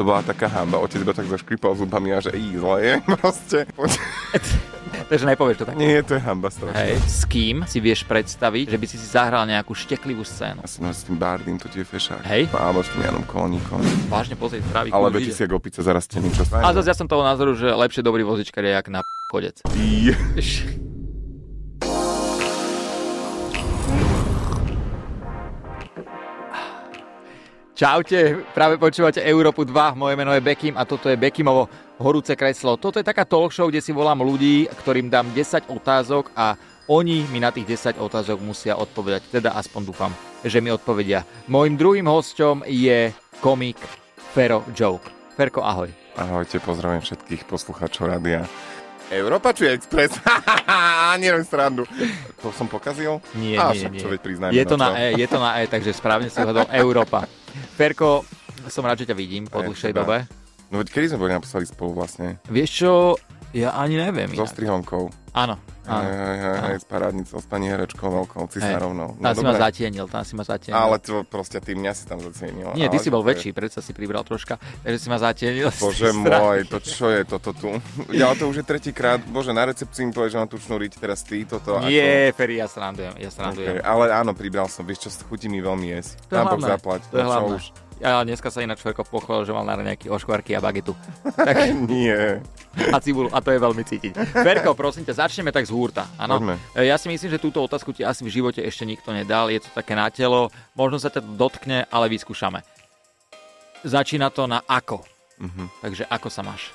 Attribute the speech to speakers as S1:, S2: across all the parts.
S1: To bola taká hamba. Otec iba tak zaškripal zubami a že ej, zle je proste.
S2: Takže nepovieš to tak.
S1: Nie, to je hamba strašná.
S2: Hej. S kým si vieš predstaviť, že by si si zahral nejakú šteklivú scénu?
S1: Asi no, s tým Bardym, to tie fešák.
S2: Hej.
S1: Áno, s tým Janom Kolníkom.
S2: Vážne pozrieť trávi.
S1: Ale
S2: kúži,
S1: viete
S2: že-
S1: si, ako opica zarastie niečo.
S2: A zase ja som toho názoru, že lepšie dobrý vozičkar je jak na p- chodec.
S1: Ty.
S2: Iš. Čaute, práve počúvate Európu 2, moje meno je Bekim a toto je Bekimovo horúce kreslo. Toto je taká talk show, kde si volám ľudí, ktorým dám 10 otázok a oni mi na tých 10 otázok musia odpovedať. Teda aspoň dúfam, že mi odpovedia. Mojím druhým hosťom je komik Fero Joke. Ferko, ahoj.
S1: Ahojte, pozdravím všetkých poslucháčov rádia. Európa či Express? Nerobím srandu. To som pokazil?
S2: Nie,
S1: Á,
S2: nie,
S1: však
S2: nie.
S1: čo, veď priznajme,
S2: je to
S1: no
S2: na
S1: čo?
S2: E, je to na E, takže správne si hľadal Európa. Perko, som rád, že ťa vidím po
S1: Aj
S2: dlhšej
S1: teba.
S2: dobe.
S1: No veď kedy sme boli naposledy spolu vlastne?
S2: Vieš čo, ja ani neviem.
S1: So
S2: Inak.
S1: strihonkou.
S2: Áno,
S1: Hej,
S2: áno.
S1: hej, hej, hej, s parádnicou, s pani herečkou veľkou, cisárovnou.
S2: Tam si ma
S1: dobre.
S2: zatienil, tam si ma zatienil.
S1: No Ale to proste ty mňa si tam zacienil.
S2: no. Nie, ty
S1: ale
S2: si
S1: že to
S2: bol
S1: je-
S2: väčší, predsa si pribral troška, takže si ma zatienil. z tej
S1: Bože
S2: strany.
S1: môj, to čo je toto tu? Ja to už je tretíkrát, bože, na recepcii mi povie, že mám tu šnúriť teraz ty toto. ako-
S2: Nie, Feri, ja srandujem,
S1: Okay,
S2: ja srandujem.
S1: ale áno, pribral som, vieš čo, chutí mi veľmi jesť.
S2: To je
S1: Tam Boh
S2: hlavné,
S1: zaplať.
S2: to
S1: no
S2: je
S1: čo
S2: hlavné.
S1: už.
S2: Ja dneska sa ináč Ferko pochválil, že mal na nejaký oškvarky a bagetu. Tak,
S1: Nie.
S2: a cibulu. A to je veľmi cítiť. Verko, prosím ťa, začneme tak z húrta. Áno.
S1: Poďme.
S2: E, Ja si myslím, že túto otázku ti asi v živote ešte nikto nedal. Je to také na telo. Možno sa ťa to dotkne, ale vyskúšame. Začína to na ako.
S1: Mhm.
S2: Takže ako sa máš?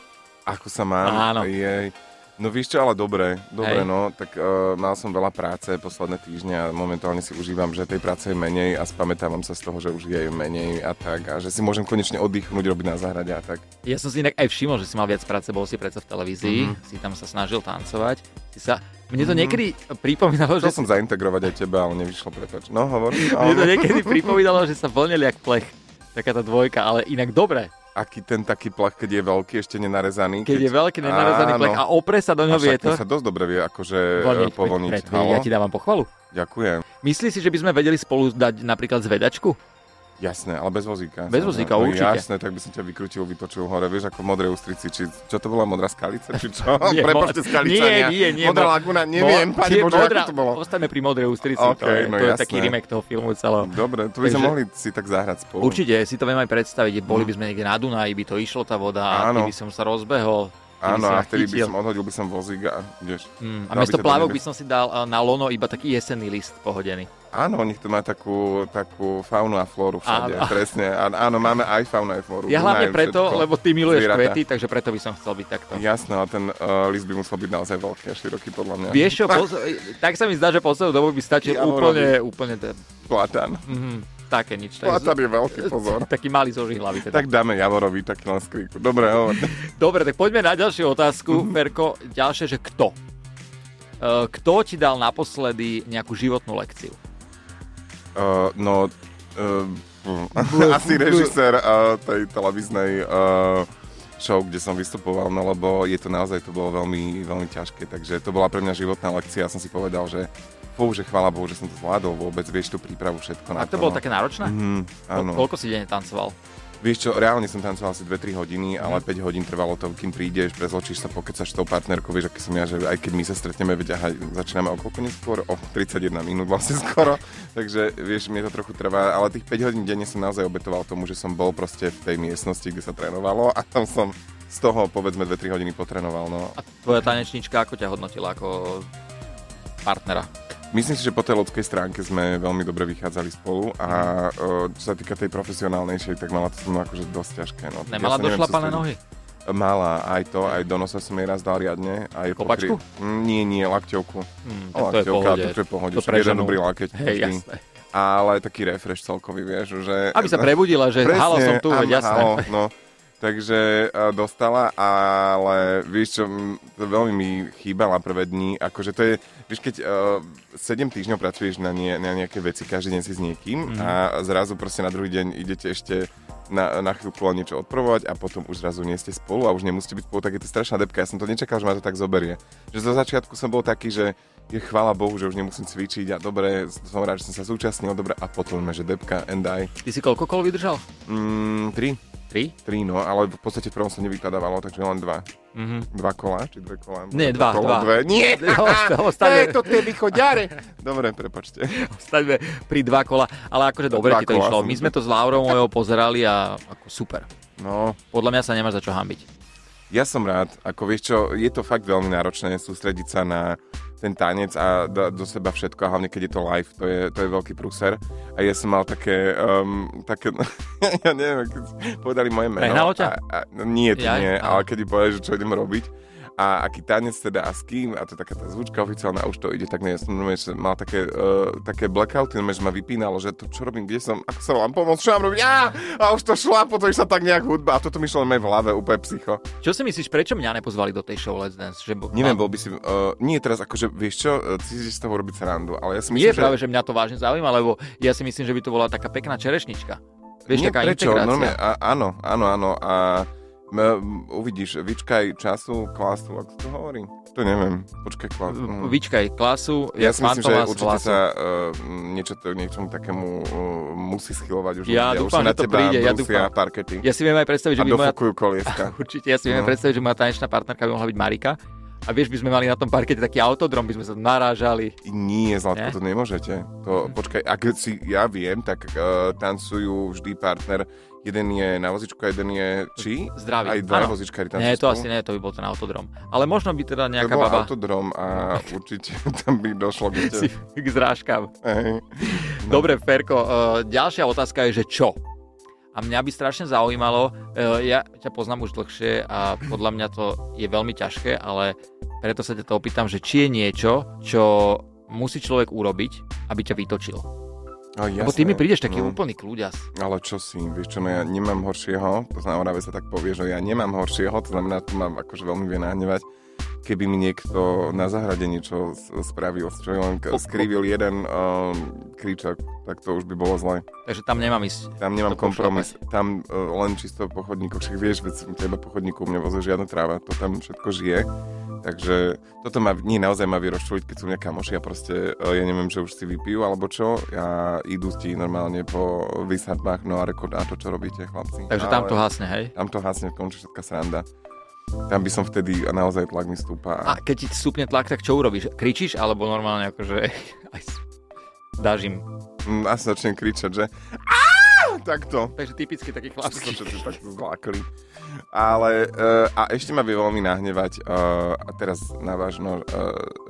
S1: Ako sa mám?
S2: Áno.
S1: Jej. No vieš čo, ale dobre, dobre
S2: Hej.
S1: no, tak uh, mal som veľa práce posledné týždne a momentálne si užívam, že tej práce je menej a spamätávam sa z toho, že už je menej a tak a že si môžem konečne oddychnúť, robiť na záhrade a tak.
S2: Ja som si inak aj všimol, že si mal viac práce, bol si predsa v televízii,
S1: Mhm.
S2: si tam sa snažil tancovať. Si sa... Mne to niekedy
S1: Chcel
S2: pripomínalo, že...
S1: Mhm. Akože som zaintegrovať aj teba, ale nevyšlo, prepač. No hovor.
S2: Mne to
S1: Áno.
S2: niekedy pripomínalo, že sa vlnili jak plech. Taká tá dvojka, ale inak dobre.
S1: Aký ten taký plach, keď je veľký, ešte nenarezaný.
S2: Keď je veľký nenarazaný
S1: Áno.
S2: plech a no, opre sa
S1: A
S2: do
S1: však
S2: ňoho
S1: to
S2: vietor.
S1: sa dosť dobre vie, akože eh,
S2: Vlniť,
S1: povoniť.
S2: veď- veď
S1: Halo?
S2: Ja ti dávam pochvalu.
S1: Ďakujem.
S2: Myslíš si, že by sme vedeli spolu dať napríklad zvedačku?
S1: Jasné, ale bez vozíka. Samozrejme.
S2: Bez vozíka,
S1: No
S2: určite.
S1: Jasné, tak by som ťa vykrutil, vytočil hore, vieš, ako v modrej ústrici, či čo to bola, modrá skalica, či čo?
S2: Nie, mo-
S1: Prepačte, skalicania.
S2: nie, nie, nie,
S1: Modrá
S2: mo-
S1: laguna, neviem,
S2: Mo-
S1: pani
S2: tie
S1: Bože,
S2: modrá-
S1: ako to bolo?
S2: Ostaňme pri modrej ústrici, to
S1: Okej,
S2: je,
S1: no
S2: to je
S1: jasné.
S2: taký remake toho filmu celého.
S1: Dobre, tu by sme
S2: Takže-
S1: mohli si tak zahrať spolu.
S2: Určite, si to viem aj predstaviť, boli by sme niekde na Dunaji, by to išlo tá voda a ty
S1: Áno.
S2: by som sa rozbehol. ty by
S1: Áno,
S2: si
S1: a
S2: ma
S1: vtedy by
S2: chytil.
S1: som odhodil by som vozík a ideš.
S2: Mm, a
S1: Dal by
S2: miesto
S1: sa to
S2: plavok by
S1: nebes-
S2: som si dal eh, na lono iba taký jesenný list pohodený.
S1: Áno, nech to má takú, takú faunu a flóru všade,
S2: Áno.
S1: presne. A- Áno, máme aj faunu, aj flóru.
S2: Ja hlavne
S1: Dunaj,
S2: preto,
S1: všetko.
S2: lebo ty miluješ
S1: zvieratá.
S2: kvety, takže preto by som chcel byť takto.
S1: Jasné, ale ten uh, list by musel byť naozaj veľký a široký podľa mňa.
S2: Vieš čo, pos- tak sa mi zdá, že poslednú dobu by stačil
S1: Ja ho
S2: úplne, úplne, t-
S1: Platan.
S2: mhm, také nič. tak-
S1: Platan je veľký, pozor.
S2: Taký malý zožih hlavy teda.
S1: Tak dáme Javorovi taký len skriku. Dobre, hovor.
S2: Dobre, tak poďme na ďalšiu
S1: Mhm.
S2: otázku, Ferko. Ďalšie, že kto? E, Kto ti dal naposledy nejakú životnú lekciu?
S1: Uh, no, uh, asi režisér uh, tej televíznej uh, show, kde som vystupoval, no lebo je to naozaj, to bolo veľmi, veľmi ťažké, takže to bola pre mňa životná lekcia, ja som si povedal, že Bohu, že chvála Bohu, že som to zvládol vôbec, vieš, tú prípravu, všetko na
S2: A to
S1: to.
S2: bolo
S1: no.
S2: také náročné?
S1: Mm, áno.
S2: Ko- Koľko si denne tancoval?
S1: Vieš čo, reálne som tancoval asi 2-3 hodiny,
S2: Mhm.
S1: ale 5 hodín trvalo to, kým prídeš, prezločíš sa, pokecaš s tou partnerkou, vieš, aký som ja, že aj keď my sa stretneme, veď aha, začíname o koľko neskôr, o 31 minút vlastne skoro, takže vieš, mne to trochu trvá, ale tých 5 hodín denne som naozaj obetoval tomu, že som bol proste v tej miestnosti, kde sa trénovalo a tam som z toho povedzme 2-3 hodiny potrenoval. No.
S2: A tvoja tanečnička ako ťa hodnotila ako partnera?
S1: Myslím si, že po tej ľudskej stránke sme veľmi dobre vychádzali spolu a
S2: Mhm.
S1: e, čo sa týka tej profesionálnejšej, tak mala to som akože dosť ťažké. No. sa
S2: Nemala ja
S1: neviem
S2: došlapané
S1: sústrediť.
S2: nohy?
S1: Mala aj to, aj do nosa som jej raz dal riadne. Aj
S2: Kopačku?
S1: pokry- Mm, Nie, nie, lakťovku. No,
S2: Hm, tak to je v
S1: Lakťovka,
S2: pohode.
S1: to je v pohode.
S2: To
S1: však Jeden
S2: preženú.
S1: dobrý lakeť.
S2: Hej,
S1: vždy.
S2: jasné.
S1: Ale taký refresh celkový, vieš, že...
S2: Aby sa prebudila, že
S1: Presne,
S2: halo, som tu,
S1: áno,
S2: veď jasné.
S1: Halo, no. Takže e, dostala, ale vieš čo, m, to veľmi mi chýbala prvé dni, akože to je, vieš keď uh, 7 týždňov pracuješ na, nie, na nejaké veci, každý deň si s
S2: Mhm.
S1: niekým a zrazu proste na druhý deň idete ešte na, na chvíľku len niečo odprovovať a potom už zrazu nie ste spolu a už nemusíte byť spolu, tak je to strašná depka, ja som to nečakal, že ma to tak zoberie. Že zo začiatku som bol taký, že je chvála Bohu, že už nemusím cvičiť a dobre, som rád, že som sa zúčastnil, dobre a potom, že depka and I.
S2: Ty si koľko kol vydržal?
S1: Mm, tri.
S2: Tri?
S1: Tri, no, ale v podstate v prvom sa nevykladávalo, takže len dva.
S2: Mhm.
S1: Dva kola, či dve kola?
S2: Nie, dva,
S1: Kolo,
S2: dva.
S1: Dve. Nie,
S2: Osta-
S1: ne,
S2: Ostaňme,
S1: to tie východiare. Dobre, prepačte.
S2: ostaňme pri dva kola, ale akože dobre
S1: Dva
S2: ti to
S1: kola
S2: išlo.
S1: som-
S2: My sme to s Laurou mojou pozerali a ako super.
S1: No,
S2: Podľa mňa sa nemáš za čo hambiť.
S1: Ja som rád, ako vieš čo, je to fakt veľmi náročné sústrediť sa na ten tanec a da, do seba všetko, a hlavne keď je to live, to je, to je veľký prúser. A ja som mal také, um, také ja neviem, keď povedali moje meno.
S2: Prehnalo
S1: A,
S2: ťa?
S1: a, no nie, to
S2: Jaj,
S1: nie,
S2: aha.
S1: ale keď mi povedali, že čo idem robiť, a aký tanec teda a s kým, a to je taká tá zvučka oficiálna, už to ide, tak ne, ja som normálne, že mal také, uh, také blackouty, normálne, že ma vypínalo, že to čo robím, kde som, ako sa vám pomôcť, čo mám robiť, a, a už to šla, potom išla tak nejak hudba a toto mi šlo len v hlave, úplne psycho.
S2: Čo si myslíš, prečo mňa nepozvali do tej show Let's Dance? Že bo-
S1: Neviem,
S2: ma-
S1: bol by si... Uh, nie teraz, akože, vieš čo, eh, ty si z toho robiť srandu, ale ja si
S2: Nie
S1: myslím,
S2: je práve, že mňa to vážne zaujíma, lebo ja si myslím, že by to bola taká pekná čerešnička.
S1: nie,
S2: Vieš, taká
S1: prečo,
S2: integrácia.
S1: normálne, a, áno, áno, áno, a m, e, uvidíš, vyčkaj času, klasu, ako to hovorí. To neviem, počkaj klasu.
S2: V- Vyčkaj klasu,
S1: ja si myslím, že
S2: Fantomás
S1: určite
S2: hlasu.
S1: sa uh, niečo, to, niečomu takému uh, musí schylovať už.
S2: Ja
S1: ľudia. už sa
S2: dúfam,
S1: na
S2: že to
S1: teba
S2: príde, ja
S1: brusia
S2: dúfam.
S1: parkety
S2: Ja si viem aj predstaviť,
S1: a
S2: že by moja...
S1: dofukujú kolieska.
S2: Určite, ja si viem
S1: No.
S2: predstaviť, že moja tanečná partnerka by mohla byť Marika. A vieš, by sme mali na tom parkete taký autodrom, by sme sa narážali.
S1: Nie, Zlatko,
S2: Ne?
S1: to nemôžete.
S2: Mhm.
S1: To, počkaj, ak si ja viem, tak uh, tancujú vždy partner. Jeden je na vozičku, a jeden je či?
S2: Zdravý.
S1: Aj dva
S2: Áno.
S1: vozičkári tancujú.
S2: Nie, to
S1: spolu.
S2: asi nie, to by bol ten autodrom. Ale možno by teda
S1: To
S2: nejaká
S1: bol
S2: baba
S1: autodrom a určite tam by došlo k
S2: si k zrážkam.
S1: Hej.
S2: Dobre, Ferko, e, ďalšia otázka je, že čo? A mňa by strašne zaujímalo, e, ja ťa poznám už dlhšie a podľa mňa to je veľmi ťažké, ale preto sa ťa to opýtam, že či je niečo, čo musí človek urobiť, aby ťa vytočil.
S1: No,
S2: Lebo ty
S1: jasné.
S2: mi prídeš taký
S1: No.
S2: úplný kľúďas.
S1: Ale čo si, vieš čo, no ja nemám horšieho, to znamená, že sa tak povie, že ja nemám horšieho, to znamená, to mám akože veľmi vie nahnevať, keby mi niekto na zahrade niečo s- spravil, čo je len k- skrivil jeden um, kríčak, tak to už by bolo zle.
S2: Takže tam nemám ísť.
S1: Tam nemám
S2: To pošlapať.
S1: kompromis, tam uh, len čisto po chodníku, však vieš, veď som teba po chodníku, u mňa vozuje žiadna tráva, to tam všetko žije. Takže toto ma, nie, naozaj ma vyroščuliť, keď sú mňa kamoši a proste, e, ja neviem, že už si vypijú alebo čo, ja idú ti normálne po vysadbách, no a rekord, a to čo robíte, chlapci.
S2: Takže
S1: Ale
S2: tam to hasne, hej?
S1: Tam to hasne, končí všetká sranda. Tam by som vtedy a naozaj tlak mi stúpa. A...
S2: A keď ti stupne tlak, tak čo urobíš? Kričíš alebo normálne akože aj s- dáš im?
S1: Mm, asi začnem kričať, že "Á!" takto.
S2: Takže typicky taký
S1: Asi
S2: chlapský.
S1: sa všetci takto zlákli. Ale, uh, a ešte ma vie veľmi nahnevať, uh, a teraz navážno, uh,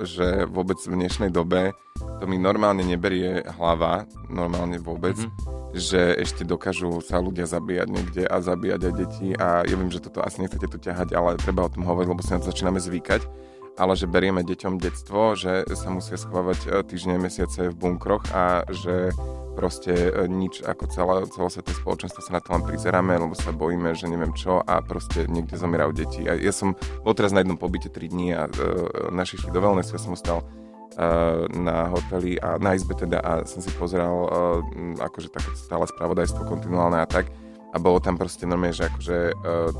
S1: že vôbec v dnešnej dobe to mi normálne neberie hlava, normálne vôbec, mm-hmm. že ešte dokážu sa ľudia zabíjať niekde a zabíjať aj deti a ja viem, že toto asi nechcete tu ťahať, ale treba o tom hovoriť, lebo si na to začíname zvykať ale že berieme deťom detstvo, že sa musia schovávať e, týždne, mesiace v bunkroch a že proste e, nič ako celé, celosveté spoločenstvo sa na to len prizeráme, lebo sa bojíme, že neviem čo a proste niekde zomierajú deti. A ja som bol teraz na jednom pobyte 3 dní a e, naši šli do wellnessu, ja som ostal e, na hoteli a na izbe teda a som si pozeral e, m, akože také stále spravodajstvo kontinuálne a tak a bolo tam proste normálne, že akože e,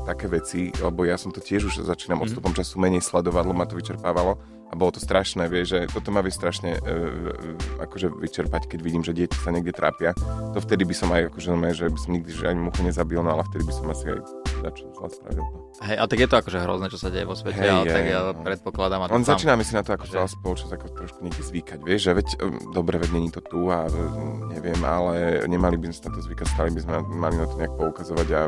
S1: také veci, lebo ja som to tiež už začínam odstupom času menej sledovať, lebo ma to vyčerpávalo a bolo to strašné, vieš, že toto ma vie strašne e, e, akože vyčerpať, keď vidím, že deti sa niekde trápia. To vtedy by som aj akože normálne, že by som nikdy že ani muchu nezabil, no ale vtedy by som asi aj začal zle spravil. No.
S2: Hej, ale tak je to akože hrozné, čo sa deje vo svete,
S1: Hej,
S2: ale
S1: je,
S2: tak ja
S1: no.
S2: predpokladám. A
S1: On
S2: dúfam.
S1: začíname si na to ako
S2: že-
S1: celá spoločnosť ako trošku niekde zvykať, vieš, že veď um, dobre, veď není to tu a um, neviem, ale nemali by sme sa na to zvykať, stali by sme na- mali na to nejak poukazovať a,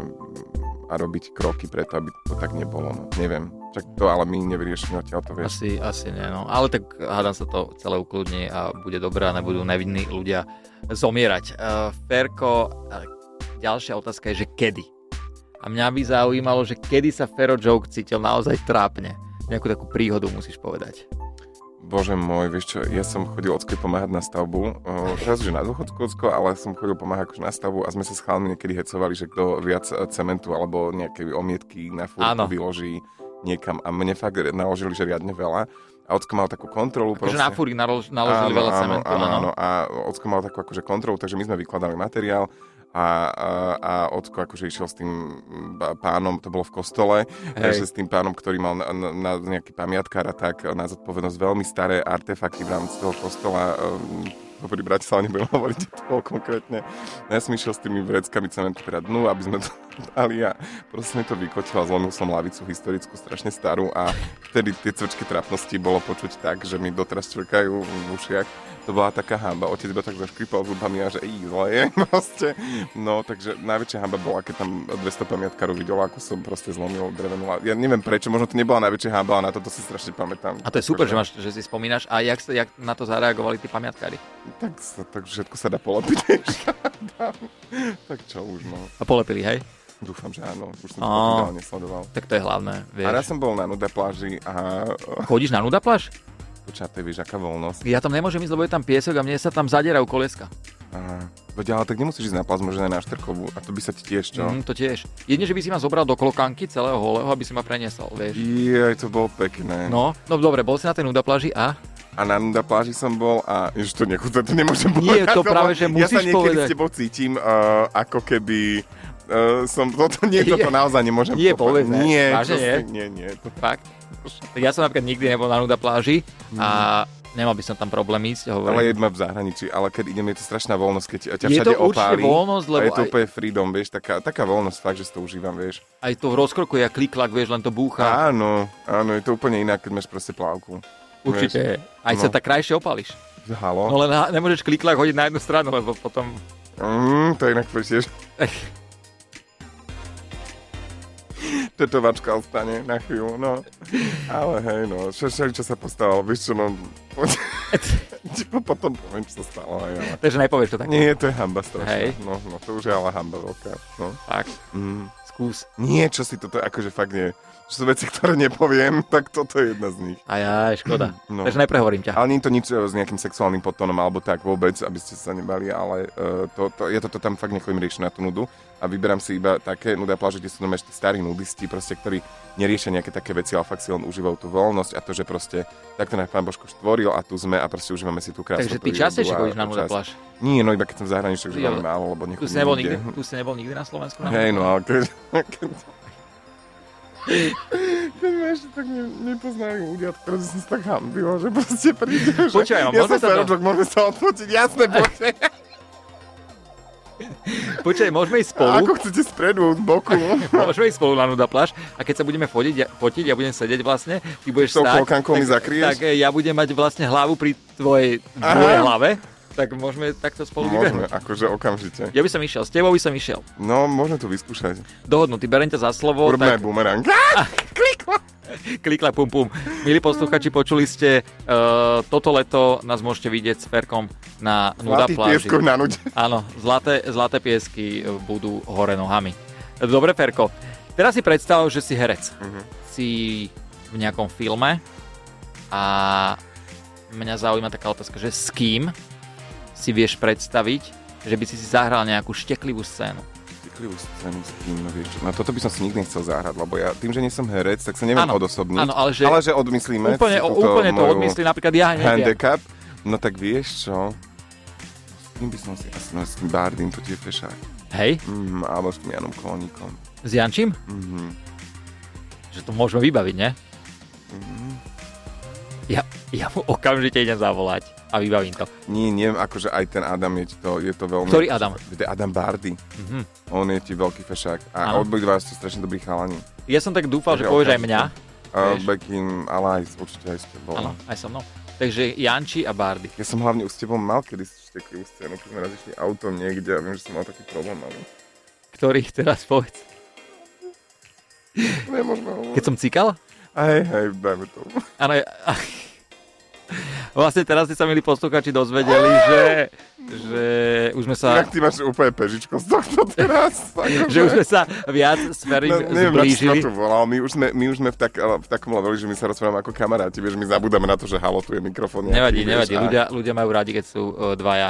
S1: a robiť kroky preto, aby to tak nebolo, no. neviem. Čak to ale my nevyriešime odtiaľ to, vieš.
S2: Asi, asi nie, no. Ale tak hádam sa to celé ukludní a bude dobré a nebudú nevinní ľudia zomierať. Uh, Ferko, eh, ďalšia otázka je, že kedy? A mňa by zaujímalo, že kedy sa Fero Joke cítil naozaj trápne. Nejakú takú príhodu musíš povedať.
S1: Bože môj, vieš čo, ja som chodil ocko pomáhať na stavbu, uh, teraz už je na dôchodku ocko, ale som chodil pomáhať akože na stavbu a sme sa s chalmi niekedy hecovali, že kto viac eh, cementu alebo nejaké omietky na
S2: Áno.
S1: fúrku vyloží niekam a mne fakt naložili, že riadne veľa a ocko mal takú kontrolu.
S2: Akože
S1: proste.
S2: na fúrik nalož, naložili veľa cementu, no.
S1: áno,
S2: áno.
S1: áno. A Ocko mal takú akože kontrolu, takže my sme vykladali materiál a, a, a Ocko akože išiel s tým ba- pánom, to bolo v kostole,
S2: Hej.
S1: takže s tým pánom, ktorý mal na, na, na nejaký pamiatkár a tak na zodpovednosť veľmi staré artefakty v rámci toho kostola, um, popri Bratislave nebudem hovoriť to konkrétne. Ja som išiel s tými vreckami cementu pradnú, aby sme to dali a proste mi to vykotila, zlomil som lavicu historickú, strašne starú a vtedy tie cvrčky trapnosti bolo počuť tak, že mi doteraz čvrkajú v ušiach. To bola taká hamba. Otec iba tak zaškripal zubami a že ej, zle je proste. No, takže najväčšia hamba bola, keď tam 200 pamiatkarov videla, ako som proste zlomil drevenú la- Ja neviem prečo, možno to nebola najväčšia hamba, ale na toto si strašne pamätám.
S2: A to je super, že,
S1: Akože-
S2: máš, že si spomínaš. A jak, ste- jak na to zareagovali tí pamiatkári?
S1: Tak, sa- tak všetko sa dá polopiť. tak čo už, no.
S2: A polepili, hej?
S1: Dúfam, že áno. Už som
S2: Á.
S1: to oh. nesledoval.
S2: Tak to je hlavné, vieš.
S1: A raz som bol na nuda pláži a
S2: Chodíš na nuda pláž?
S1: počáte, vieš, aká voľnosť.
S2: Ja tam nemôžem ísť, lebo je tam piesok a mne sa tam zadierajú koleska.
S1: A, veď, ale tak nemusíš ísť na plaz, možno aj na Šterkovú. A to by sa ti tiež, čo?
S2: Mm, to tiež. Jedne, že by si ma zobral do klokanky celého holého, aby si ma preniesol, vieš.
S1: Jej, to bolo pekné.
S2: No, no dobre, bol si na tej nuda pláži a?
S1: A na nuda pláži som bol a ešte to nechutá, to nemôžem
S2: Nie,
S1: povedať.
S2: to
S1: lebo
S2: práve, že
S1: Ja sa
S2: musíš
S1: niekedy
S2: povedať.
S1: s tebou cítim, uh, ako keby uh, som, toto nie, toto
S2: Nie.
S1: naozaj nemôžem
S2: Nie,
S1: povedať.
S2: povedz, ne?
S1: Nie,
S2: Vážne
S1: čo
S2: nie?
S1: si- nie, nie, to
S2: Fakt. Tak ja som napríklad nikdy nebol na nuda pláži a nemal by som tam problém
S1: Mm.
S2: ísť,
S1: Ale
S2: hovorím.
S1: je iba v zahraničí, ale keď idem, je to strašná voľnosť, keď ťa
S2: Je
S1: všade
S2: to určite
S1: opáli.
S2: voľnosť,
S1: a
S2: lebo
S1: je to
S2: aj-
S1: úplne freedom, vieš, taká, taká voľnosť, fakt, že si to užívam, vieš.
S2: Aj to v rozkroku, ja kliklak, vieš, len to búcha.
S1: Áno, áno, je to úplne inak, keď máš proste plávku.
S2: Určite. Aj sa
S1: No.
S2: tak krajšie opališ.
S1: Vieš, halo?
S2: No len na- nemôžeš kliklak hodiť na jednu stranu, lebo potom...
S1: Mm, to je inak tiež tetovačka ostane na chvíľu, no. Ale hej, no, čo, čo, čo sa postalo, vieš čo, no, ti po- potom poviem, čo sa stalo, hej, ale...
S2: Takže nepovieš to tak.
S1: Nie, to je hamba strašná.
S2: Hej.
S1: No, no, to už je ale hamba veľká, no.
S2: Tak,
S1: Mm.
S2: skús.
S1: Nie, čo si toto, akože fakt nie. Čo sú veci, ktoré nepoviem, tak toto je jedna z nich.
S2: Aj, aj, škoda.
S1: No.
S2: Takže neprehovorím ťa.
S1: Ale nie je to nič e, s nejakým sexuálnym podtónom alebo tak vôbec, aby ste sa nebali, ale uh, to, to, ja toto tam fakt nechodím riešiť na tú nudu a vyberám si iba také nudé pláže, kde sú tam ešte starí nudisti, proste, ktorí neriešia nejaké také veci, ale fakt si len užívajú tú voľnosť a to, že proste takto nás pán Božko štvoril a tu sme a proste užívame si tú krásnu
S2: Takže ty
S1: prírodu
S2: častejšie
S1: a-
S2: chodíš na
S1: a
S2: nuda
S1: čas.
S2: pláž.
S1: Nie, no iba keď som v zahraničí, už
S2: Ja-
S1: veľmi málo, lebo
S2: Tu
S1: nechodím
S2: si nebol nikdy,
S1: nikde.
S2: tu si nebol nikdy na Slovensku? na-
S1: Hej, no ale keď... keď... Keď ma ešte tak ne, nepoznajú ľudia, ktoré som sa tak hambila, že proste príde, že...
S2: Počkaj, no,
S1: ja som
S2: môžeme sa to-
S1: feročok, môžeme sa odfotiť, jasné, poďte.
S2: Počkaj, môžeme ísť spolu.
S1: Ako chcete spredu, z boku.
S2: Môžeme ísť spolu na nuda pláž a keď sa budeme fotiť, ja, fotiť, ja budem sedieť vlastne, ty
S1: Tou
S2: budeš stáť.
S1: klokankou mi zakrieš?
S2: tak e, ja budem mať vlastne hlavu pri tvojej,
S1: Aha.
S2: tvojej hlave, tak môžeme takto spolu
S1: Môžeme,
S2: vybehnúť.
S1: akože okamžite.
S2: Ja by som išiel, s tebou by som išiel.
S1: No, môžeme to vyskúšať.
S2: Dohodnutý, berem ťa za slovo.
S1: Urobme aj bumerang. Á, Klikla.
S2: Klikla pum pum. Milí posluchači, počuli ste, uh, toto leto nás môžete vidieť s Ferkom na nuda
S1: Zlatých
S2: pláži.
S1: pieskov na nude.
S2: Áno, zlaté, zlaté piesky e, budú hore nohami. Dobre, Ferko, teraz si predstav, že si herec.
S1: Mhm.
S2: Si v nejakom filme a mňa zaujíma taká otázka, že s kým si vieš predstaviť, že by si si zahral nejakú šteklivú scénu.
S1: Citlivú scénu s tým, no vieš čo. No toto by som si nikdy nechcel zahrať, lebo ja tým, že nie som herec, tak sa neviem
S2: Áno,
S1: odosobniť.
S2: áno, ale že-
S1: ale že odmyslíme
S2: Úplne,
S1: si
S2: o-
S1: túto
S2: úplne to
S1: moju-
S2: odmyslí, napríklad ja neviem.
S1: handicap. No tak vieš čo? S kým by som si... Asi no, s tým Bardym, to tie fešák.
S2: Hej,
S1: Mm, alebo s tým Janom Kolníkom.
S2: s Jančím?
S1: Mm-hmm.
S2: Že to môžeme vybaviť, ne?
S1: Mhm.
S2: Ja, ja mu okamžite idem zavolať a vybavím to.
S1: Nie, neviem, akože aj ten Adam je ti to, je to veľmi...
S2: Ktorý Adam?
S1: Kde Adam Bardy.
S2: Mhm.
S1: On je ti veľký fešák. A
S2: Áno.
S1: obidva ste strašne dobrí chalani.
S2: Ja som tak dúfal, že
S1: Takže
S2: povieš aj
S1: okamžite.
S2: mňa,
S1: Uh,
S2: Vieš.
S1: back in, ale aj s- určite aj s tebou.
S2: Áno, aj so mnou. Takže Janči a Bardy.
S1: Ja som hlavne s tebou mal kedy šteklivú scénu, keď sme raz išli autom niekde a viem, že som mal taký problém, ale
S2: Ktorých teraz povedz?
S1: nemôžeme hovoriť.
S2: Keď som cikal?
S1: No Hej, hej, dajme to.
S2: Áno. ja- Vlastne teraz ste sa, milí posluchači, dozvedeli, že, že už sme sa...
S1: Inak ty máš úplne pežičko z tohto teraz. akože.
S2: Že už sme sa viac s Ferim
S1: Ne- No, neviem, na čo si na
S2: zblížili.
S1: to volal. My už sme, my už sme v, tak, v takom leveli, že my sa rozprávame ako kamaráti, vieš, my zabudáme na to, že halo, tu je mikrofón. nejaký,
S2: Nevadí,
S1: vieš,
S2: nevadí.
S1: a-
S2: Ľudia, ľudia majú radi, keď sú e, dvaja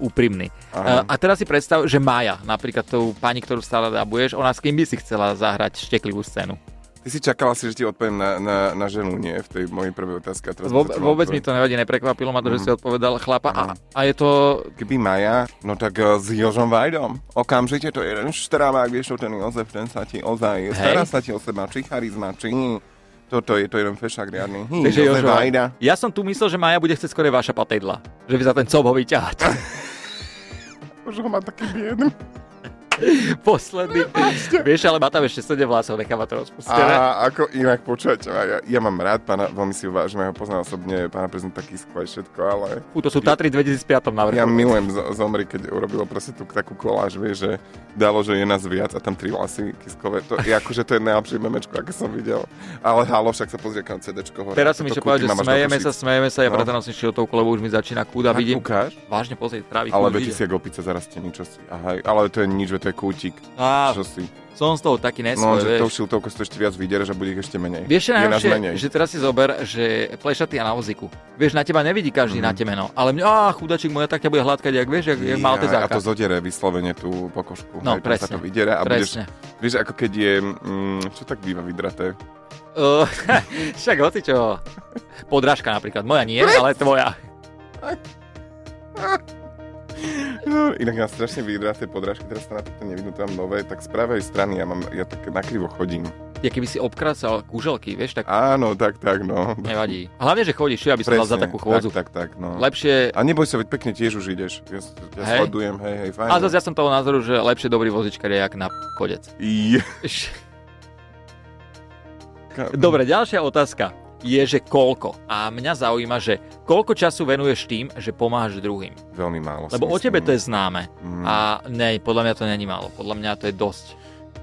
S2: úprimní.
S1: Áno.
S2: E, A teraz si predstav, že Maja, napríklad tú pani, ktorú stále dabuješ, ona s kým by si chcela zahrať šteklivú scénu?
S1: Ty si čakala si, že ti odpoviem na, na, na ženu, nie? V tej mojej prvej otázke. A teraz
S2: Vôb,
S1: som sa Mhm.
S2: vôbec
S1: mal
S2: mi to nevadí, neprekvapilo ma to, že si odpovedal chlapa a, a je to...
S1: Keby Maja, no tak eh, s Jožom Vajdom. Okamžite to je jeden štrámák, vieš, čo ten Jozef, ten sa ti ozaj, stará sa ti o seba, či charizma, či... Toto je to jeden fešák riadny. Hm,
S2: Takže
S1: Jozef
S2: Jožo,
S1: Vajda.
S2: ja som tu myslel, že Maja bude chcieť skôr vaša patejdla. Že vy za ten cob ho vyťahať.
S1: Už ho má taký biedný.
S2: Posledný. Vieš, ale má tam ešte 7 vlasov, necháva to rozpustené.
S1: A ako inak počať, ja, ja mám rád pána, veľmi si ho vážim, ja ho poznám osobne, pána prezidenta Kisku aj všetko, ale
S2: Fú, to sú Tatry 2005 na vrchu.
S1: ja milujem z- Zomri, keď urobilo proste tú takú koláž, vieš, že dalo, že je nás viac a tam tri vlasy Kiskové, to je akože to je najlepšie memečko, aké som videl. Ale halo, však sa pozrie, kam CDčko hore.
S2: Teraz som
S1: Toto
S2: išiel povedať, že
S1: kútim a máš
S2: smejeme
S1: do
S2: sa, smejeme sa, ja
S1: No.
S2: preto nosím šiltovku, lebo už mi začína kúda,
S1: Tak
S2: vidím.
S1: ukáž.
S2: Vážne pozrieť, trávi
S1: Ale
S2: kúd,
S1: veď ty
S2: vidím.
S1: si ako opica zarastie niečo si. Aha, ale to je nič, že to je kútik.
S2: Á,
S1: Čo si?
S2: som z toho taký
S1: No,
S2: nesvoj,
S1: že tou
S2: vieš.
S1: šiltovkou si to ešte viac vydieraš a bude ich ešte menej.
S2: Vieš, čo
S1: je nás
S2: najlepšie,
S1: menej.
S2: že teraz si zober, že plešatý a na voziku. Vieš, na teba nevidí
S1: Mhm.
S2: každý na temeno, ale mňa, á, chudačik moja, tak ťa bude hladkať, jak vieš, jak, jak mal
S1: a to zodere vyslovene tú pokožku.
S2: No,
S1: hej, tam sa
S2: presne,
S1: to vydiera a budeš,
S2: Presne.
S1: vieš, ako keď je, mm, čo tak býva vydraté?
S2: Uh, však hoci čo. Podrážka napríklad. Moja nie, ale tvoja.
S1: No, Inak nás strašne vydraté podrážky, teraz sa na to nevidnú tam nové, tak z pravej strany ja, mám, ja tak nakrivo chodím.
S2: Ja keby si obkrácal kúželky, vieš, tak
S1: Áno, tak, tak, no.
S2: nevadí. Hlavne, že chodíš, ja by som dal za takú chôdzu.
S1: Tak, tak, tak, no.
S2: Lepšie,
S1: A neboj sa, veď pekne tiež už ideš. Ja, s- ja
S2: Hej.
S1: sledujem, hej, hej, fajn.
S2: a zase ja som toho názoru, že lepšie dobrý vozičkar je jak na p- kodec.
S1: Je-
S2: Š- Dobre, ďalšia otázka je, že koľko. A mňa zaujíma, že koľko času venuješ tým, že pomáhaš druhým.
S1: Veľmi málo. si
S2: Lebo o tebe
S1: myslím.
S2: to je známe.
S1: Mm.
S2: A ne, podľa mňa to není málo. Podľa mňa to je dosť.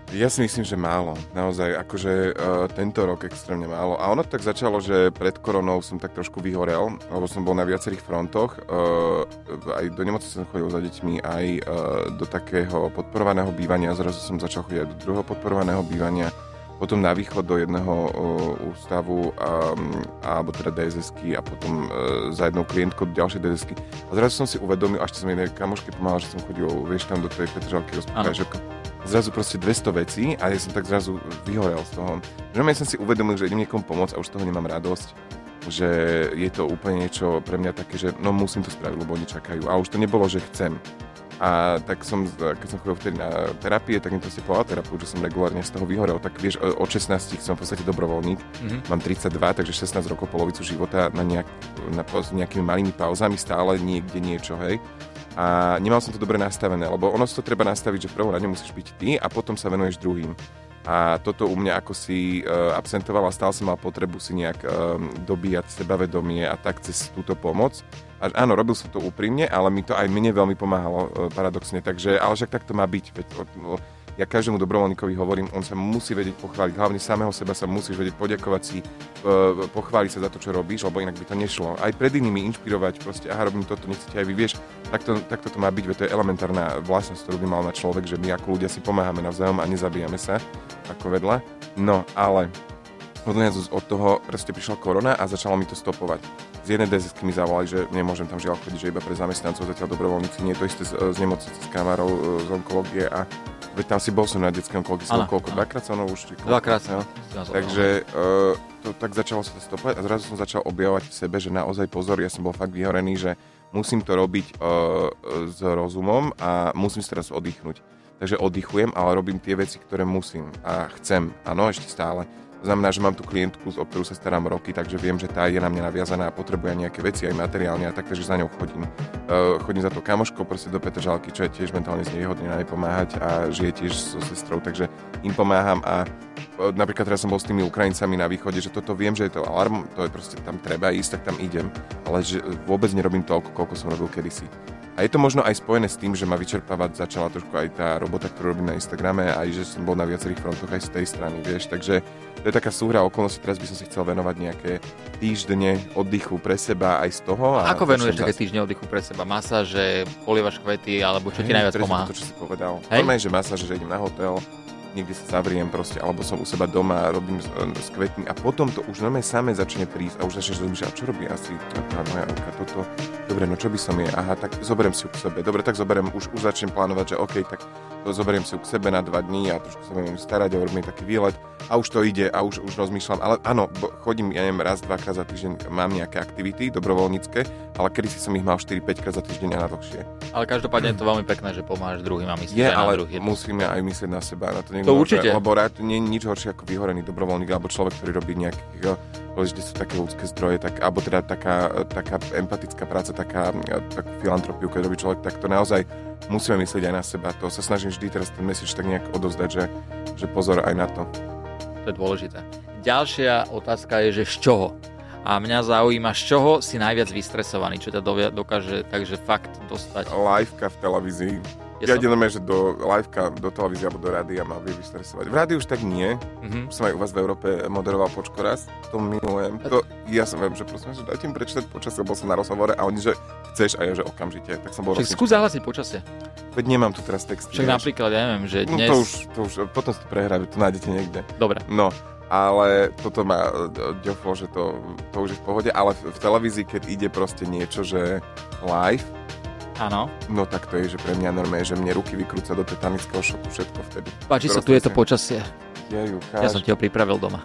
S1: Ja si myslím, že málo. Naozaj, akože uh, tento rok extrémne málo. A ono to tak začalo, že pred koronou som tak trošku vyhorel, lebo som bol na viacerých frontoch. Uh, aj do nemocnice som chodil za deťmi, aj uh, do takého podporovaného bývania. Zrazu som začal chodiť aj do druhého podporovaného bývania. Potom na východ do jedného uh, ústavu, um, alebo teda DSS-ky a potom uh, za jednou klientkou do ďalšej DSS-ky. A zrazu som si uvedomil, až čo som jednej kamoške pomáhal, že som chodil, vieš, tam do tej Petržalky
S2: Áno.
S1: rozprávať, že zrazu proste 200 vecí a ja som tak zrazu vyhorel z toho. Že ja som si uvedomil, že idem niekomu pomôcť a už z toho nemám radosť že je to úplne niečo pre mňa také, že no musím to spraviť, lebo oni čakajú. A už to nebolo, že chcem. A tak som, keď som chodil vtedy na terapie, tak mi proste povedal terapeut, že som regulárne z toho vyhorel. Tak vieš, o- od 16 som v podstate dobrovoľník,
S2: Mhm.
S1: mám 32, takže 16 rokov, polovicu života na nejak, na, po- s nejakými malými pauzami, stále niekde niečo, hej. A nemal som to dobre nastavené, lebo ono si to treba nastaviť, že v prvom rade musíš byť ty a potom sa venuješ druhým. A toto u mňa ako si uh, absentoval a stále som mal potrebu si nejak um, dobíjať sebavedomie a tak cez túto pomoc. A áno, robil som to úprimne, ale mi to aj mne veľmi pomáhalo uh, paradoxne. Takže, ale však tak to má byť. Veď, o- o- ja každému dobrovoľníkovi hovorím, on sa musí vedieť pochváliť. Hlavne samého seba sa musíš vedieť poďakovať si, uh, pochváliť sa za to, čo robíš, lebo inak by to nešlo. Aj pred inými inšpirovať, proste, aha, robím toto, nechcete aj vy, vieš, takto, takto to má byť, veď to je elementárna vlastnosť, ktorú by mal mať človek, že my ako ľudia si pomáhame navzájom a nezabíjame sa ako vedľa. No, ale odliac už od toho proste prišla korona a začalo mi to stopovať. Z jednej DSK mi zavolali, že nemôžem tam žiaľ chodiť, že iba pre zamestnancov zatiaľ dobrovoľníci. Nie je to isté z, e, z nemocnice, s kamarov, e, z onkológie a veď tam si bol som na detskom onkológii, som
S2: Áno,
S1: bol koľko,
S2: áno.
S1: dvakrát som už? či koľko?
S2: Dvakrát.
S1: No.
S2: Ja som-
S1: Takže uh, to, tak začalo sa to stopovať a zrazu som začal objavovať v sebe, že naozaj pozor, ja som bol fakt vyhorený, že musím to robiť uh, s rozumom a musím si teraz oddychnúť. Takže oddychujem, ale robím tie veci, ktoré musím a chcem. Áno, ešte stále. To znamená, že mám tú klientku, o ktorú sa starám roky, takže viem, že tá je na mňa naviazaná a potrebuje nejaké veci aj materiálne a tak, takže za ňou chodím. Uh, chodím za to kamoškou proste do Petržalky, čo je tiež mentálne znevýhodnená, jej pomáhať a žije tiež so sestrou, takže im pomáham a e, napríklad teraz som bol s tými Ukrajincami na východe, že toto viem, že je to alarm, to je proste tam treba ísť, tak tam idem. Ale že e, vôbec nerobím toľko, koľko som robil kedysi. A je to možno aj spojené s tým, že ma vyčerpávať začala trošku aj tá robota, ktorú robím na Instagrame, aj že som bol na viacerých frontoch aj z tej strany, vieš. Takže to je taká súhra okolností, teraz by som si chcel venovať nejaké týždne oddychu pre seba aj z toho. A
S2: Ako venuješ
S1: začnem
S2: také
S1: zás-
S2: týždne oddychu pre seba? Masáže, polievaš kvety, alebo čo ti najviac
S1: presne
S2: pomáha?
S1: To, čo si povedal.
S2: Hej?
S1: Hej? Normálne, že masáž, že idem na hotel, niekde sa zavriem proste, alebo som u seba doma, robím s, e, s kvetmi a potom to už normálne samé začne prísť a už začneš rozmýšľať, a čo robí asi tá, tá moja ruka, toto, dobre, no čo by som jej, aha, tak zoberiem si ju k sebe, dobre, tak zoberiem, už, už začnem plánovať, že OK, tak to zoberiem si ju k sebe na dva dní a trošku sa budem starať a urobím jej taký výlet a už to ide a už, už rozmýšľam. Ale áno, bo- chodím, ja neviem, raz, dvakrát za týždeň mám nejaké aktivity dobrovoľnícke, ale kedysi som ich mal 4-5 krát za týždeň a na dlhšie.
S2: Ale každopádne je to veľmi pekné, že pomáhaš druhým a myslíš
S1: Je,
S2: aj na
S1: ale
S2: druhý.
S1: musíme aj myslieť na seba. Na to, niekto
S2: To
S1: môže,
S2: určite.
S1: Lebo rád nie je nič horšie ako vyhorený dobrovoľník alebo človek, ktorý robí nejaký... Lebo vždy sú také ľudské zdroje, tak, alebo teda taká, taká empatická práca, taká, takú filantropiu, keď robí človek, tak to naozaj musíme myslieť aj na seba. To sa snažím vždy teraz ten message tak nejak odovzdať, že, že pozor aj na to.
S2: To je dôležité. Ďalšia otázka je, že z čoho? A mňa zaujíma, z čoho si najviac vystresovaný, čo ťa dovia- dokáže takže fakt dostať.
S1: Liveka v televízii. Ja, ja
S2: Ja som-
S1: idem že do liveka, do televízie alebo do rádia ma vie vystresovať. V rádiu už tak nie,
S2: Mhm.
S1: Už som aj u vás v Európe moderoval počko raz, to milujem. To, ja som viem, že prosím, vás, že dajte im prečítať počasie, bol som na rozhovore a oni, že chceš a ja, že okamžite. Tak som bol
S2: Však
S1: rozhodnutý.
S2: skús zahlasiť počasie.
S1: Veď nemám tu teraz texty.
S2: Však
S1: vieš.
S2: napríklad, ja neviem, že
S1: No
S2: dnes...
S1: to už, to už, potom si to prehrajú, to nájdete niekde.
S2: Dobre.
S1: No, ale toto ma e, ďoflo, že to, to už je v pohode, ale v, v televízii, keď ide proste niečo, že live,
S2: Áno.
S1: no tak to je, že pre mňa normálne, že mne ruky vykrúca do tetanického šoku všetko vtedy.
S2: Páči sa,
S1: Proste
S2: tu je to
S1: si-
S2: počasie.
S1: Jej,
S2: Ja
S1: ukáž.
S2: som ti ho pripravil doma.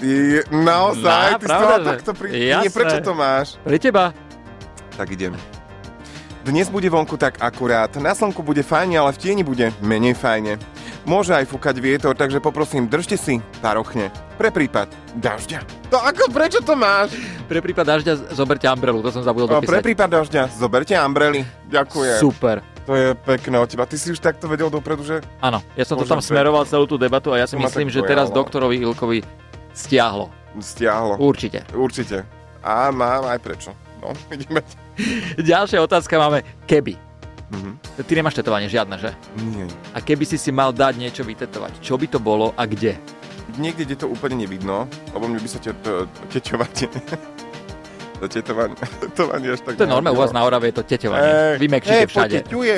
S1: Ty, naozaj, no,
S2: Á,
S1: ty
S2: No, pravda,
S1: pravda,
S2: že-
S1: takto pri...
S2: Jasné.
S1: Nie, prečo to máš?
S2: Pre teba.
S1: Tak idem. Dnes bude vonku tak akurát. Na slnku bude fajne, ale v tieni bude menej fajne. Môže aj fúkať vietor, takže poprosím, držte si parochne. Pre prípad dažďa. To ako, prečo to máš?
S2: Pre prípad dažďa z- zoberte umbrelu, to som
S1: O,
S2: zabudol
S1: pre
S2: dopísať.
S1: prípad dažďa, zoberte umbrely. Ďakujem.
S2: Super.
S1: To je pekné od teba. Ty si už takto vedel dopredu, že...
S2: Áno, ja som to
S1: Bože,
S2: tam smeroval celú tú debatu a ja si
S1: To ma
S2: myslím,
S1: tak
S2: že teraz
S1: pojalo.
S2: doktorovi Ilkovi stiahlo.
S1: Stiahlo.
S2: Určite.
S1: Určite. A mám aj prečo. No, ideme.
S2: Ďalšia otázka máme keby.
S1: Mhm.
S2: Ty nemáš tetovanie žiadne, že?
S1: Nie.
S2: A keby si si mal dať niečo vytetovať, čo by to bolo a kde?
S1: Niekde, kde to úplne nevidno, lebo mne by sa te- te- teťovanie... to tetovanie, tetovanie až tak...
S2: To je normálne, u vás na Orave je to
S1: Eh,
S2: tetovanie. Vy mekčíte všade.
S1: Poteťuje.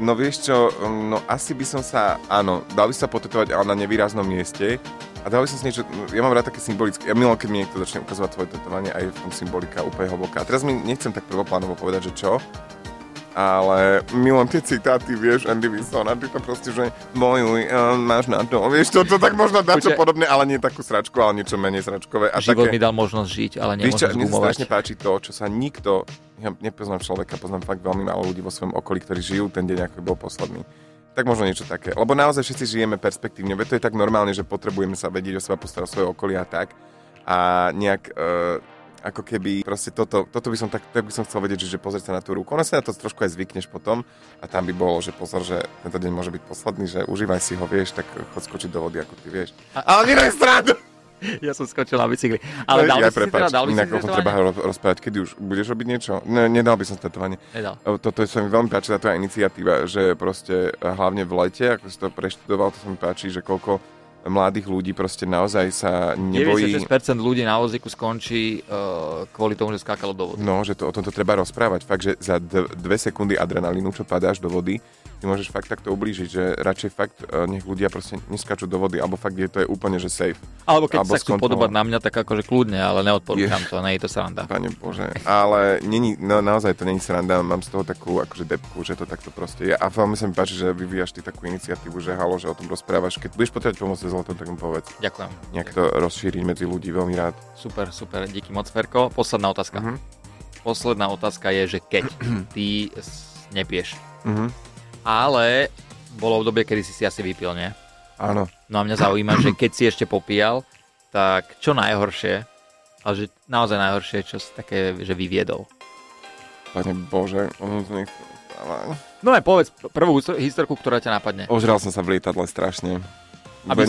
S1: No vieš čo, no asi by som sa, áno, dal by sa potetovať, ale na nevýraznom mieste. A dal by som si niečo, ja mám rád také symbolické, ja milujem, keď mi niekto začne ukazovať svoje tetovanie a je v tom symbolika úplne hlboká. A teraz mi nechcem tak prvoplánovo povedať, že čo, ale milujem tie citáty, vieš, Andy Wilson, a ty to proste, že moju, uh, máš na to, vieš, to, to tak možno dá čo
S2: Počkaj.
S1: podobné, ale nie takú sračku, ale niečo menej sračkové. A
S2: Život
S1: také,
S2: mi dal možnosť žiť, ale
S1: Vieš čo, mne
S2: nemôžem
S1: sa
S2: zgumovať.
S1: strašne páči to, čo sa nikto, ja nepoznám človeka, poznám fakt veľmi málo ľudí vo svojom okolí, ktorí žijú ten deň, ako bol posledný. Tak možno niečo také. Lebo naozaj všetci žijeme perspektívne, veď to je tak normálne, že potrebujeme sa vedieť o seba, postarať o svoje okolie a tak. A nejak, e, ako keby proste toto, toto by som tak, tak by som chcel vedieť, že pozrieť sa na tú ruku. Ono sa na to trošku aj zvykneš potom a tam by bolo, že pozor, že tento deň môže byť posledný, že užívaj si ho, vieš, tak chod skočiť do vody, ako ty vieš. A... Ale neraj stranu!
S2: Ja som skočil na bicykli. Ale dal
S1: ja,
S2: by si si teda, dal by si si
S1: inak o tom treba
S2: tetovanie?
S1: ro- rozprávať, kedy už budeš robiť niečo. Ne, nedal by som tetovanie.
S2: Nedal.
S1: E, Toto je- sa mi veľmi páči, tá tvoja iniciatíva, že proste e, hlavne v lete, ako si to preštudoval, to sa mi páči, že koľko mladých ľudí proste naozaj sa nebojí...
S2: 96% ľudí na voziku skončí uh, kvôli tomu, že skákalo do vody.
S1: No, že to, o tomto treba rozprávať. Fakt, že za d- dve sekundy adrenalínu, čo padáš do vody, ty môžeš fakt takto ublížiť, že radšej fakt e, nech ľudia proste neskačú do vody, alebo fakt, kde to je úplne, že safe.
S2: Alebo keď
S1: Alebo
S2: sa chcú
S1: skontrolovať.
S2: podobať na mňa, tak akože kľudne, ale neodporúčam to, nie je to sranda.
S1: Pane Bože, ale není, no, naozaj to není sranda, mám z toho takú akože depku, že to takto proste je. A veľmi sa mi páči, že vyvíjaš ty takú iniciatívu, že halo, že o tom rozprávaš. Keď budeš potrebovať pomoc so zlatom, tak mi povedz.
S2: Ďakujem.
S1: Nejak to rozšíriť medzi ľudí, veľmi rád.
S2: Super, super, díky moc, Ferko. Posledná otázka.
S1: Mhm.
S2: Posledná otázka je, že keď ty s- nepiješ,
S1: Mhm.
S2: ale bolo obdobie, kedy si si asi vypil, nie?
S1: Áno.
S2: No a mňa zaujíma, že keď si ešte popíjal, tak čo najhoršie, ale že naozaj najhoršie, čo si také, že vyviedol.
S1: Pane Bože, ono to nechce. Ale-
S2: No aj povedz prvú histo- historku, ktorá ťa napadne.
S1: Ožral som sa v lietadle strašne.
S2: Aby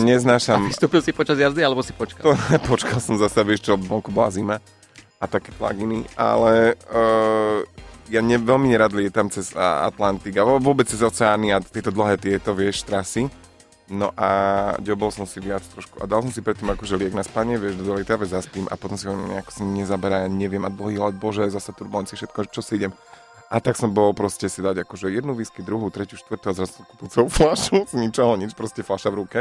S1: Aby
S2: si-
S1: neznášam,
S2: Vystúpil si počas jazdy, alebo si počkal?
S1: to, počkal som zase, vieš čo, vonku bola zima a také plaginy, ale uh, ja ne, veľmi nerad lietam cez a, Atlantik a vô- vôbec cez oceány a tieto dlhé tieto, vieš, trasy. No a ďobol som si viac trošku a dal som si predtým akože liek na spanie, vieš, do lietave zaspím a potom si ho nejako si nezabera, ja neviem a dlhý let, bože, zase turbulenci, všetko, čo si idem. A tak som bol proste si dať akože jednu whisky, druhú, tretiu, štvrtú a zrazu kúpu celú fľašu, z ničoho nič, proste fľaša v ruke.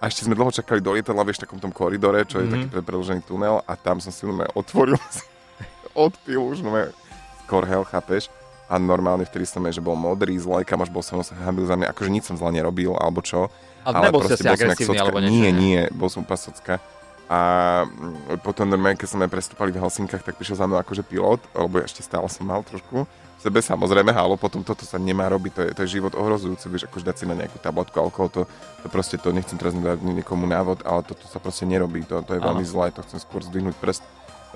S1: A ešte sme dlho čakali do lietadla, vieš, v takom tom koridore, čo je
S2: Mhm.
S1: mm-hmm. taký predlžený tunel a tam som si normálne otvoril, odpil už normálne korhel, chápeš? A normálne vtedy som je, že bol modrý, zlajka, až bol som sa hambil za mňa, akože nič som zle nerobil, alebo čo.
S2: A nebol ste
S1: bol
S2: asi
S1: som jak
S2: agresívny
S1: socka.
S2: alebo niečo,
S1: Nie,
S2: nie?
S1: nie, bol som úplne socka. A mm, potom normálne, keď sme prestúpali v Helsinkách, tak prišiel za mnou akože pilot, lebo ešte stále som mal trošku v sebe samozrejme, halo, potom toto sa nemá robiť, to je, to je život ohrozujúci, vieš, akože dať si na nejakú tabletku alkohol, to, to proste to, nechcem teraz dať niekomu návod, ale toto sa proste nerobí, to, to je
S2: Áno.
S1: veľmi zlé, to chcem skôr zdvihnúť prst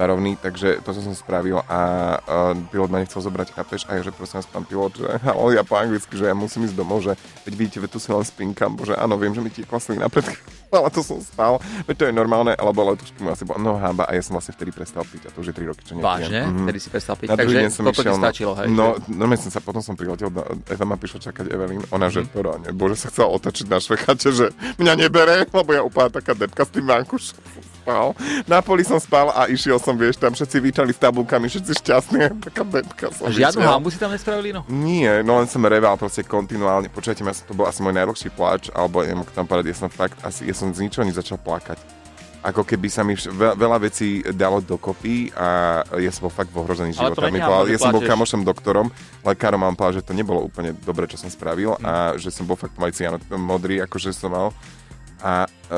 S1: varovný, takže toto som spravil a uh, pilot ma nechcel zobrať, chápeš? A ja, že prosím vás, pán pilot, že halo, ja po anglicky, že ja musím ísť domov, že veď vidíte, veď tu si len spinkam, bože áno, viem, že mi tiekla slina pred chvíľou, ale to som spal, veď to je normálne, lebo letušky mu asi bola, no hába a ja som vlastne vtedy prestal piť a to už je 3 roky, čo nepijem.
S2: Vážne?
S1: Mhm.
S2: Vtedy si prestal piť.
S1: Na druhý deň
S2: Takže
S1: som
S2: toto ti
S1: išiel, no-
S2: stačilo, hej?
S1: No, normálne som sa, potom som priletel, do, Eva ma prišla čakať, Evelyn, ona
S2: Mhm.
S1: že, mm. bože, sa chcela otočiť na švechate, že mňa nebere, lebo ja úplne taká depka s tým vankušom som spal. Na poli som spal a išiel som, vieš, tam všetci vítali s tabulkami, všetci šťastní, taká depka som
S2: A Žiadnu
S1: išiel.
S2: hambu si tam nespravili, no?
S1: Nie, no len som reval proste kontinuálne. Počujete, ja som, to bol asi môj najdlhší pláč, alebo neviem, ako tam povedať, ja som fakt, asi, ja som z ničoho nič začal plakať. Ako keby sa mi vš- veľa, veľa vecí dalo dokopy a ja som bol fakt v ohrozený
S2: Ale to
S1: života. Mi
S2: nechám,
S1: povedal-
S2: že
S1: ja som bol
S2: plačeš.
S1: kamošom doktorom, lekárom a on povedal, že to nebolo úplne dobre, čo som spravil
S2: Hm.
S1: a že som bol fakt aj ciano- modrý, akože som mal. A e,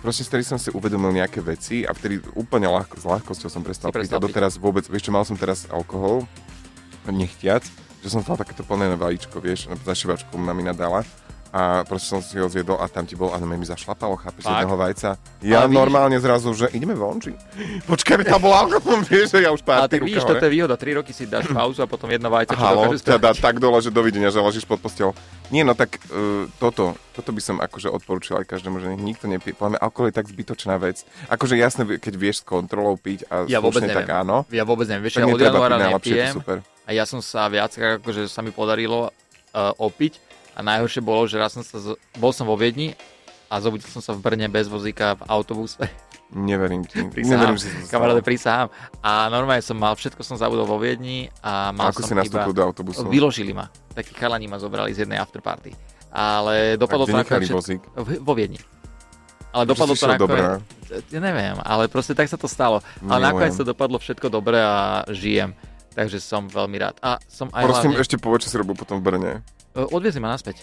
S1: proste vtedy som si uvedomil nejaké veci a vtedy úplne ľahko, s ľahkosťou som prestal
S2: Si prestal
S1: piť. A
S2: piť.
S1: doteraz vôbec, vieš čo, mal som teraz alkohol, nechtiac, že som dal takéto plné vajíčko, vieš, zašivačku na mi nadala a proste som si ho zjedol a tam ti bol, a no mi zašlapalo, chápeš,
S2: Fakt?
S1: jedného vajca. Ja
S2: vidíš-
S1: normálne zrazu, že ideme vonči. Počkaj, mi tam bol alkohol, vieš, že ja už
S2: Ale
S1: pár
S2: tak vidíš, toto je výhoda. 3 roky si dáš pauzu a potom jedno vajce, čo
S1: Halo, teda- ťa
S2: dokáže spraviť.
S1: dá tak dole, že dovidenia, že ležíš pod postelou. Nie, no tak uh, toto, toto by som akože odporúčil aj každému, že nech nikto nepije. Podľa mňa alkohol je tak zbytočná vec. Akože jasné, keď vieš s kontrolou piť a
S2: Ja vôbec
S1: slušne, tak
S2: neviem.
S1: áno.
S2: Ja vôbec neviem, vieš,
S1: Tak
S2: ja od
S1: netreba
S2: januára
S1: piť, najlepšie je to
S2: nepijem
S1: super.
S2: a ja som sa viackrát, akože sa mi podarilo uh, opiť a najhoršie bolo, že raz som sa, z... bol som vo Viedni a zobudil som sa v Brne bez vozíka v autobuse.
S1: Neverím ti. Neverím,
S2: Prísahám,
S1: že si to
S2: kamaráde,
S1: stalo.
S2: prísahám. A normálne som mal, všetko som zabudol vo Viedni a
S1: A
S2: mal
S1: Ako
S2: som
S1: si nastúpil do autobusu?
S2: Vyložili ma. Takí chalani ma zobrali z jednej afterparty. Ale dopadlo
S1: kde
S2: to
S1: nechali
S2: všetko-
S1: vozík?
S2: V- Vo Viedni. Ale dopadlo
S1: si
S2: to
S1: šiel dobre,
S2: nakoniec. Ja neviem, ale proste tak sa to stalo.
S1: Milujem.
S2: Ale nakoniec to dopadlo všetko dobre a žijem. Takže som veľmi rád. A som aj
S1: Prosím,
S2: hlavne...
S1: ešte povedz, čo si robil potom v Brne.
S2: E, Odviezli ma naspäť.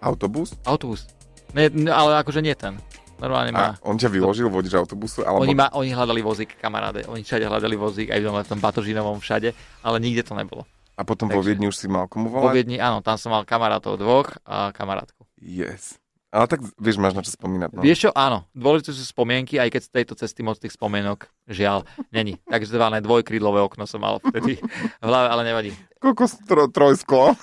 S1: Autobus?
S2: Autobus. Ne, ne, ale akože nie ten. Normálne
S1: A
S2: ma...
S1: on ťa vyložil vodič autobusu? Alebo...
S2: Oni, ma, oni hľadali vozík, kamaráde. Oni všade hľadali vozík, aj v tom, v tom batožinovom všade, ale nikde to nebolo.
S1: A potom vo
S2: Takže-
S1: Viedni už si mal komu
S2: Po
S1: volať?
S2: Viedni, áno, tam som mal kamarátov dvoch a kamarátku.
S1: Yes. Ale tak vieš, máš na čo spomínať. No.
S2: Vieš čo, áno, dôležité sú spomienky, aj keď z tejto cesty moc tých spomienok, žiaľ, není. Takže zvané dvojkrídlové okno som mal vtedy v hlave, ale nevadí.
S1: Kokos tro, trojsklo.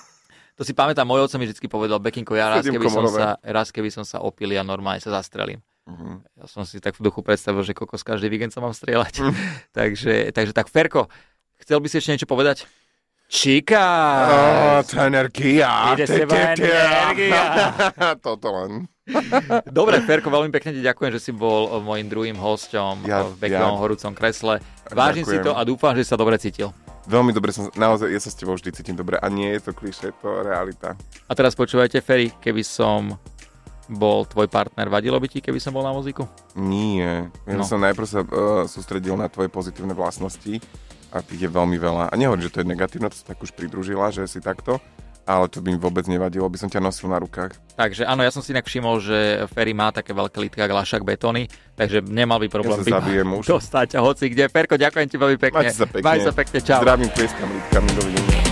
S2: To si pamätám, môj oco mi vždy povedal, Bekinko, ja raz
S1: Sedem
S2: keby, som
S1: komorové.
S2: sa, raz keby som sa opil, ja normálne sa zastrelím.
S1: Mhm.
S2: Ja som si tak v duchu predstavil, že kokos každý víkend sa mám strieľať.
S1: Mhm.
S2: takže, takže tak, Ferko, chcel by si ešte niečo povedať? Čika!
S1: Á, tá energia.
S2: Ide
S1: Tie,
S2: z teba
S1: tie, tie.
S2: energia.
S1: Toto len.
S2: Dobre, Ferko, veľmi pekne ti ďakujem, že si bol eh, môjim druhým hosťom
S1: Ja-
S2: ja, v Bekovom
S1: ja-
S2: horúcom kresle. Vážim si
S1: Ďakujem.
S2: to a dúfam, že sa dobre cítil.
S1: Veľmi dobre som, naozaj, ja sa s tebou vždy cítim dobre a nie je to klišé, to je realita.
S2: A teraz počúvajte, Ferry, keby som bol tvoj partner, vadilo by ti, keby som bol na vozíku?
S1: Nie. Ja
S2: No.
S1: no. som najprv sa uh, sústredil na tvoje pozitívne vlastnosti a tých je veľmi veľa. A nehovorím, že to je negatívne, to sa tak už pridružila, že si takto, ale to by mi vôbec nevadilo, by som ťa nosil na rukách.
S2: Takže áno, ja som si inak všimol, že Ferry má také veľké litka glašak betóny, takže nemal
S1: Ja
S2: by problém
S1: sa
S2: by-
S1: zabijem už.
S2: dostať hoci kde. Ferko, ďakujem ti veľmi pekne.
S1: Majte sa pekne.
S2: Maj sa pekne, čau.
S1: Zdravím, plieskam, lítkam, dovidenia.